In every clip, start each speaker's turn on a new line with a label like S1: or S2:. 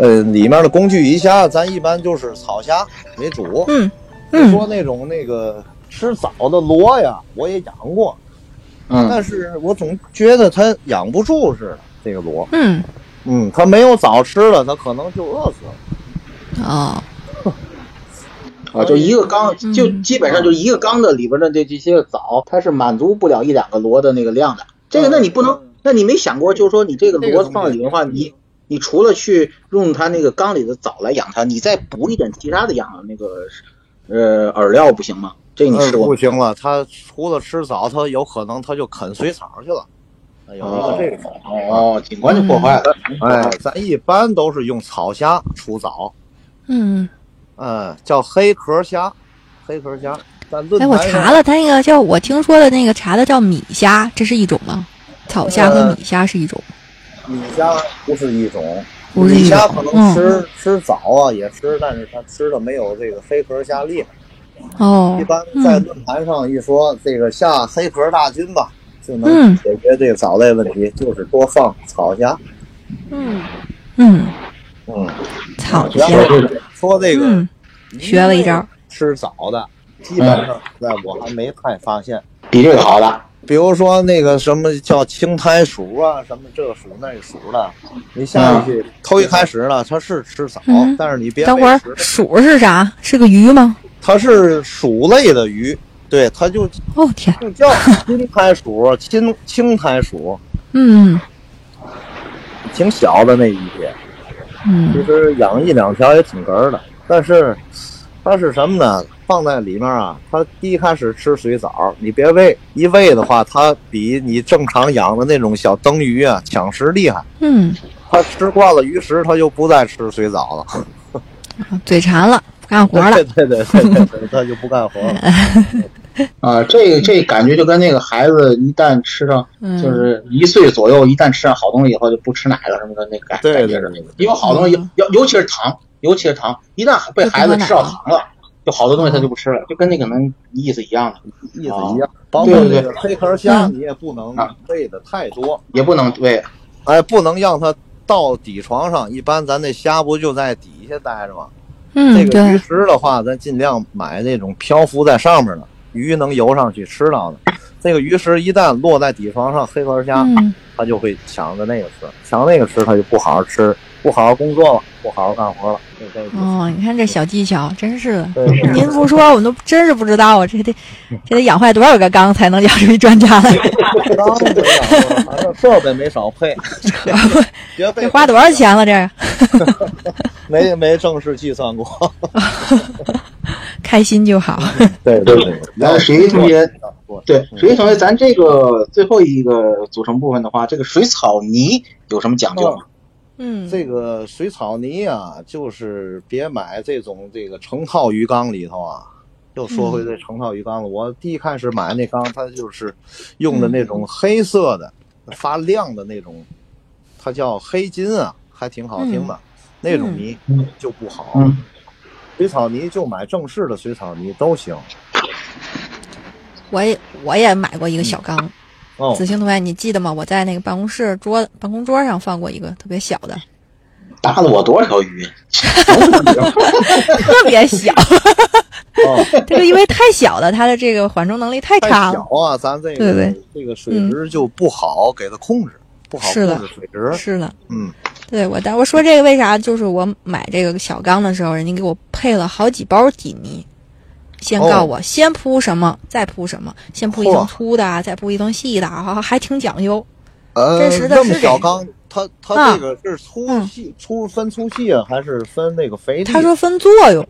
S1: 呃，里面的工具鱼虾，咱一般就是炒虾为主。
S2: 嗯
S1: 你说那种那个吃藻的螺呀，我也养过，
S3: 嗯
S1: 但是我总觉得它养不住似的。这个螺，
S2: 嗯，
S1: 嗯，它没有藻吃了，它可能就饿死了。
S2: 哦，
S3: 啊，就一个缸，
S2: 嗯
S3: 就基本上就一个缸的里边的这这些藻，它是满足不了一两个螺的那个量的。这个，那你不能，那你没想过，就是说你这个螺放在里面的话，你你除了去用它那个缸里的藻来养它，你再补一点其他的养那个呃饵料不行吗？这个你
S1: 呃
S3: 试过
S1: 不
S3: 吗？
S1: 行了，它除了吃藻，它有可能它就啃水草去了。有一个啊这个，
S3: 哦，景观就破坏了。
S1: 哎，咱一般都是用草虾除藻，
S4: 嗯，
S1: 嗯，叫黑壳虾，黑壳虾。咱论
S4: 哎，我
S1: 坛上
S4: 查了，它那个叫我听说的那个查的叫米虾，这是一种吗？草虾和
S1: 呃
S4: 米虾是一种，
S1: 米虾不是一种，
S4: 不是
S1: 米
S4: 一种嗯
S1: 虾可能吃、吃藻啊，也吃，但是它吃的没有这个黑壳虾厉害。
S4: 哦
S1: 一，般在
S4: 嗯
S1: 论坛上一说这个下黑壳大军吧，就能
S4: 嗯
S1: 解决这个藻类问题，就是多放草虾。
S4: 嗯嗯，
S1: 嗯，
S4: 草
S1: 然
S4: 虾，
S1: 后说这个
S4: 嗯，学了一招，
S1: 吃藻的，基本上现在我还没太发现。
S3: 比这个好的，
S1: 比如说那个什么叫青苔鼠啊，什么这个鼠那个鼠的，你下去头一开始呢，它是吃藻，
S4: 嗯
S1: 但是你别
S4: 等会儿
S1: 喂食
S4: 鼠是啥？是个鱼吗？
S1: 它是鼠类的鱼，对，它就
S4: 哦天，
S1: 就叫金苔鼠、青青苔鼠，
S4: 嗯
S1: 挺小的那一些，其
S4: 嗯
S1: 实养一两条也挺哏儿的。但是它是什么呢？放在里面啊，它第一开始吃水藻，你别喂，一喂的话，它比你正常养的那种小灯鱼啊抢食厉害。
S4: 嗯，
S1: 它吃惯了鱼食，它就不再吃水藻了。
S4: 嘴馋了，不干活了
S1: 对，对对对对对，它就不干活了。
S3: 啊，这这感觉就跟那个孩子一旦吃上，
S4: 嗯
S3: 就是一岁左右，一旦吃上好东西以后就不吃奶了什么的那个感
S1: 对
S3: 感觉是那个，因为好东西
S4: 嗯，
S3: 尤尤其是糖，尤其是糖，一旦被孩子吃到糖了，就好多东西他就不吃了，就跟那个能意思一样的，
S1: 意思一样。包括这个黑壳虾，你也不能
S3: 嗯
S1: 喂的太多，
S3: 也不能对，
S1: 哎，不能让它到底床上。一般咱那虾不就在底下待着吗？这
S4: 嗯
S1: 个鱼
S4: 对，
S1: 食的话，咱尽量买那种漂浮在上面的，鱼能游上去吃到的。这个鱼食一旦落在底床上，黑壳虾
S4: 嗯
S1: 它就会抢着那个吃，抢那个吃，它就不好好吃，不好好工作了，不好好干活了，就这意思。
S4: 哦，你看这小技巧，真是的。
S1: 对对对
S4: 您不说，我们都真是不知道啊！这得，这得养坏多少个缸才能养出一专家 来？
S1: 当然没少了，反正设备没少 配，学费
S4: 这花多少钱了？这个
S1: 没没正式计算过。
S4: 开心就好。
S1: 对
S3: 对对那谁同学嗯对，所以同学，咱这个最后一个组成部分的话，这个水草泥有什么讲究吗？
S4: 嗯，
S1: 这个水草泥啊，就是别买这种这个成套鱼缸里头
S4: 嗯
S1: 啊。又说回这成套鱼缸了，我第一开始买那缸，它就是用的那种黑色的、发亮的那种，它叫黑金啊，还挺好听的。
S4: 嗯
S1: 那种泥就不好，
S3: 嗯，
S1: 水草泥就买正式的水草泥都行。
S4: 我也我也买过一个小缸。
S1: 哦，
S4: 子兴同学，你记得吗？我在那个办公室桌办公桌上放过一个特别小的，
S3: 搭了我多少条鱼？
S4: 特别小。
S1: 哦
S4: 这个因为太小了，它的这个缓冲能力太
S1: 太
S4: 差
S1: 小
S4: 了。
S1: 啊，咱这个
S4: 对对嗯
S1: 这个水质就不好给它控制，不好
S4: 是的
S1: 控制水质。
S4: 是的，
S1: 嗯，
S4: 对我但我说这个为啥？就是我买这个小缸的时候，人家给我配了好几包底泥。先告我，先铺什么，再铺什么，先铺一层
S1: 嚯
S4: 粗的啊，再铺一层细的啊，还还挺讲究。
S1: 呃，
S4: 真实的
S1: 那么
S4: 是
S1: 小
S4: 这
S1: 缸，它它
S4: 啊
S1: 这个是粗
S4: 嗯
S1: 细粗分粗细啊，还是分那个肥啊地？
S4: 他说分作用。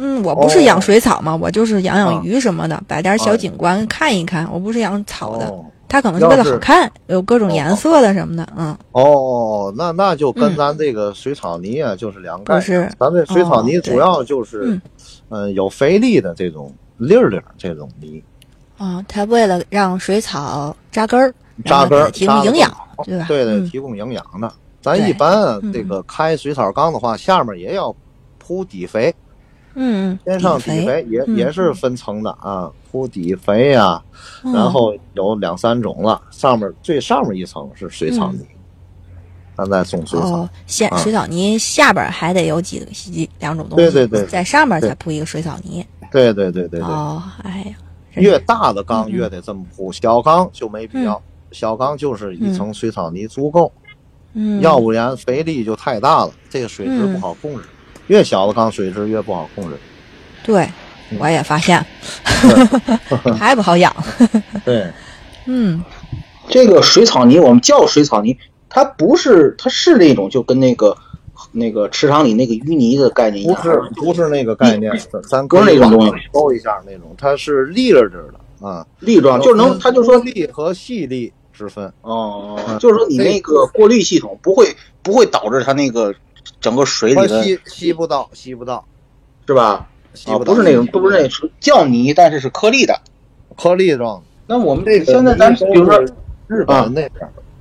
S4: 嗯，我不
S1: 哦
S4: 是养水草嘛，我就是养
S1: 啊
S4: 养鱼什么的，摆点
S1: 啊
S4: 小景观看一看。我不是养草的，
S1: 哦
S4: 它可能是为
S1: 要
S4: 了
S1: 是
S4: 好看，有各种颜色的什么的，嗯，
S1: 哦，那那就跟咱这个水草泥啊，就是两概
S4: 不
S1: 念。
S4: 是
S1: 咱这水草泥
S4: 哦对
S1: 主要就是，
S4: 嗯
S1: 嗯、有肥力的这种粒儿粒儿这种泥，
S4: 啊，它为了让水草扎根儿，
S1: 扎根
S4: 然后给
S1: 儿
S4: 它提供营养，对吧？
S1: 对的，
S4: 嗯
S1: 提供营养的。咱
S4: 对
S1: 一般啊
S4: 嗯
S1: 这个开水草缸的话，下面也要铺底肥，
S4: 嗯，嗯
S1: 先上底
S4: 底肥，
S1: 肥也
S4: 嗯
S1: 也是分层的啊，铺底肥呀、
S4: 嗯
S1: 然后有两三种了，上面最上面一层是水草泥，咱再种水草。
S4: 嗯哦，先
S1: 啊
S4: 水草泥下边儿还得有几几两种东西，
S1: 对对对
S4: 在上面
S1: 对
S4: 再铺一个水草泥。
S1: 对对对对对，
S4: 哦，哎呀，真是
S1: 越大的缸
S4: 嗯
S1: 越得这么铺，小缸就没必要。小缸就是一层水草泥足够，
S4: 嗯，
S1: 要不然肥力就太大了，这个水质不好控制。越小的缸水质越不好控制。
S4: 对，
S1: 嗯
S4: 我也发现， 还不好养。
S1: 对，
S4: 嗯，
S3: 这个水草泥，我们叫水草泥，它不是，它是那种就跟那个那个池塘里那个淤泥的概念一
S1: 不
S3: 样，
S1: 是不是那个概念，咱咱
S3: 不
S1: 可
S3: 是
S1: 以
S3: 那种东西
S1: 搜一下那种，它是粒儿粒儿的啊，
S3: 粒状，就是能，他就说
S1: 粒和细粒之分。
S3: 哦，就是说你那个过滤系统不会不会导致它那个整个水
S1: 它
S3: 里的
S1: 吸吸不到，吸不到，
S3: 是吧？
S1: 吸
S3: 啊，
S1: 不到。
S3: 不是那种，不是那种叫泥，但是是颗粒的。
S1: 颗粒状。
S3: 那我们
S1: 这个
S3: 现在咱
S1: 都是
S3: 比如说，啊
S1: 日本那边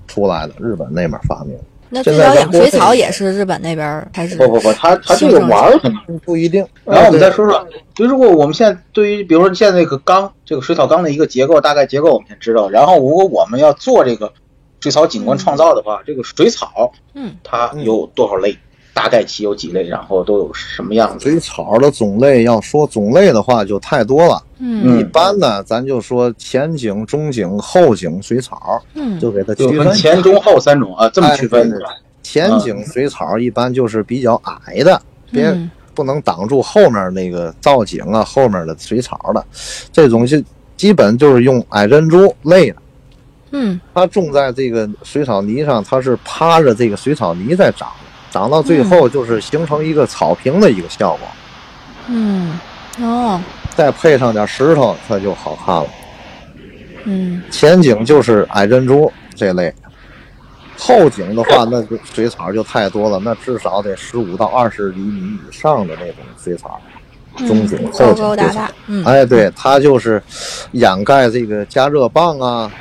S1: 出来的，日本那边发明的，
S4: 那
S1: 现
S4: 最
S1: 在
S4: 早
S1: 咱
S4: 养
S1: 国
S4: 水
S1: 内哦
S4: 草也是日本那边儿开始。
S3: 不不不，它它这个玩儿很
S1: 不一定。
S3: 然后我们再
S1: 啊对
S3: 说说，就如果我们现在对于，比如说现在这个缸，这个水草缸的一个结构，大概结构我们先知道。然后如果我们要做这个水草景观创造的话，这个水草
S4: 嗯
S3: 它有多少类，大概其有几类，然后都有什么样子？
S1: 水草的种类要说种类的话就太多了，
S4: 嗯
S1: 一般呢咱就说前景、中景、后景水草，
S4: 嗯，
S1: 就给它
S3: 就啊
S1: 区
S3: 分
S1: 分。
S3: 前中后三种啊，这么区分
S1: 哎对对对前景水草一般就是比较矮的，别
S4: 嗯
S1: 不能挡住后面那个造景啊，后面的水草的，这种就基本就是用矮珍珠类的。
S4: 嗯
S1: 它种在这个水草泥上，它是趴着这个水草泥在长的，长到最后就是形成一个草坪的一个效果，
S4: 嗯，哦，
S1: 再配上点石头，它就好看了。
S4: 嗯
S1: 前景就是矮珍珠这类，后景的话，那就水草就太多了，那至少得十五到二十厘米以上的那种水草，中景、
S4: 嗯，
S1: 后
S4: 高
S1: 景
S4: 高
S1: 水
S4: 大
S1: 草
S4: 大。，嗯，
S1: 哎，对，它就是掩盖这个加热棒啊、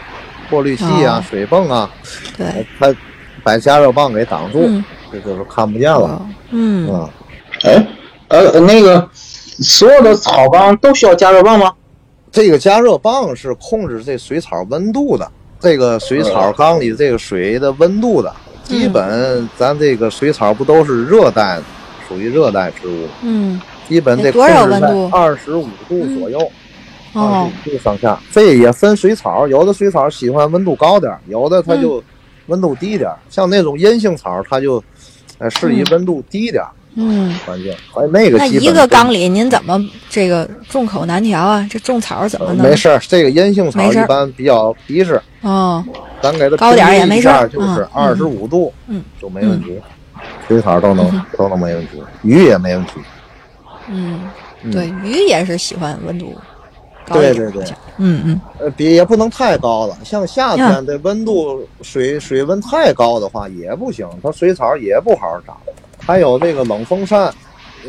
S1: 过滤器啊、
S4: 哦
S1: 水泵啊，
S4: 对，
S1: 它把加热棒给挡住，
S4: 嗯
S1: 这就是看不见了。
S4: 哦嗯，
S1: 嗯，
S3: 哎，呃，那个所有的草缸都需要加热棒吗？
S1: 这个加热棒是控制这水草温度的，这个水草缸里这个水的温度的。
S4: 嗯
S1: 基本咱这个水草不都是热带的，属于热带植物，
S4: 嗯
S1: 基本得
S4: 得多
S1: 控
S4: 少
S1: 制在
S4: 温度
S1: 二十五度左右，二
S4: 哦，
S1: 十五度上下。这也分水草，有的水草喜欢温度高点儿，有的它
S4: 嗯
S1: 就温度低点儿。像那种阴性草，它就呃适宜
S4: 嗯
S1: 温度低点儿
S4: 嗯，
S1: 环境。哎，那个
S4: 那
S1: 基
S4: 一
S1: 本
S4: 个
S1: 就
S4: 缸里您怎么这个众口难调啊？这种草怎么能
S1: 呃没事儿，这个阴性草
S4: 没事儿
S1: 一般比较皮实，
S4: 哦？
S1: 咱给它
S4: 高点儿也
S1: 平均
S4: 没
S1: 一
S4: 事儿
S1: 下就是二
S4: 嗯
S1: 十五度，
S4: 嗯，
S1: 就没问题。水草都能都能没问题，鱼也没问题。
S4: 嗯，
S1: 嗯
S4: 对，鱼也是喜欢温度高一
S1: 对
S4: 点
S1: 对
S4: 儿
S1: 对，
S4: 嗯嗯
S1: 呃，别也不能太高了。像夏
S4: 呀
S1: 天这温度水水温太高的话也不行，它水草也不好好长。还有这个冷风扇，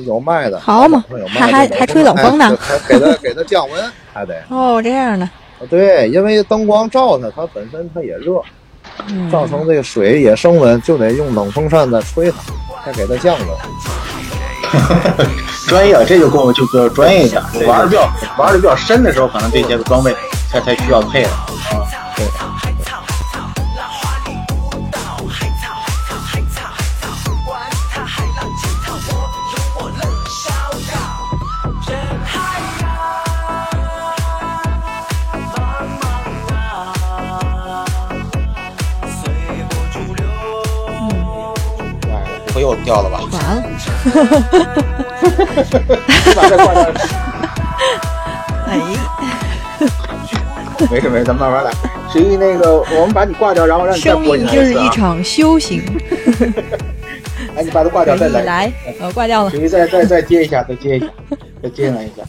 S1: 有卖的，
S4: 好嘛
S1: 网上有
S4: 还还
S1: 卖的
S4: 还吹冷风呢
S1: 哎给它给它降温，还得
S4: 哦，这样的，
S1: 啊对，因为灯光照它，它本身它也热，
S4: 嗯，
S1: 造成这个水也升温，就得用冷风扇再吹它，再给它降温。
S3: 专业，啊这就够，就够专业一点。玩的比较玩的比较深的时候，可能这些装备才才需要配了。哎，不会又掉 了吧？
S4: 完了，
S3: 你把这挂掉。
S4: 哎，
S3: 没事没事，咱慢慢来。十一，那个我们把你挂掉，然后让你再
S4: 生
S3: 播
S4: 命
S3: 进来
S4: 就是
S3: 次
S4: 一
S3: 啊。
S4: 场修行，
S3: 哎，你把它挂
S4: 可
S3: 掉再
S4: 以
S3: 来。
S4: 来，我挂掉了。
S3: 十一，再再再接一下，再接一下，再接来一下。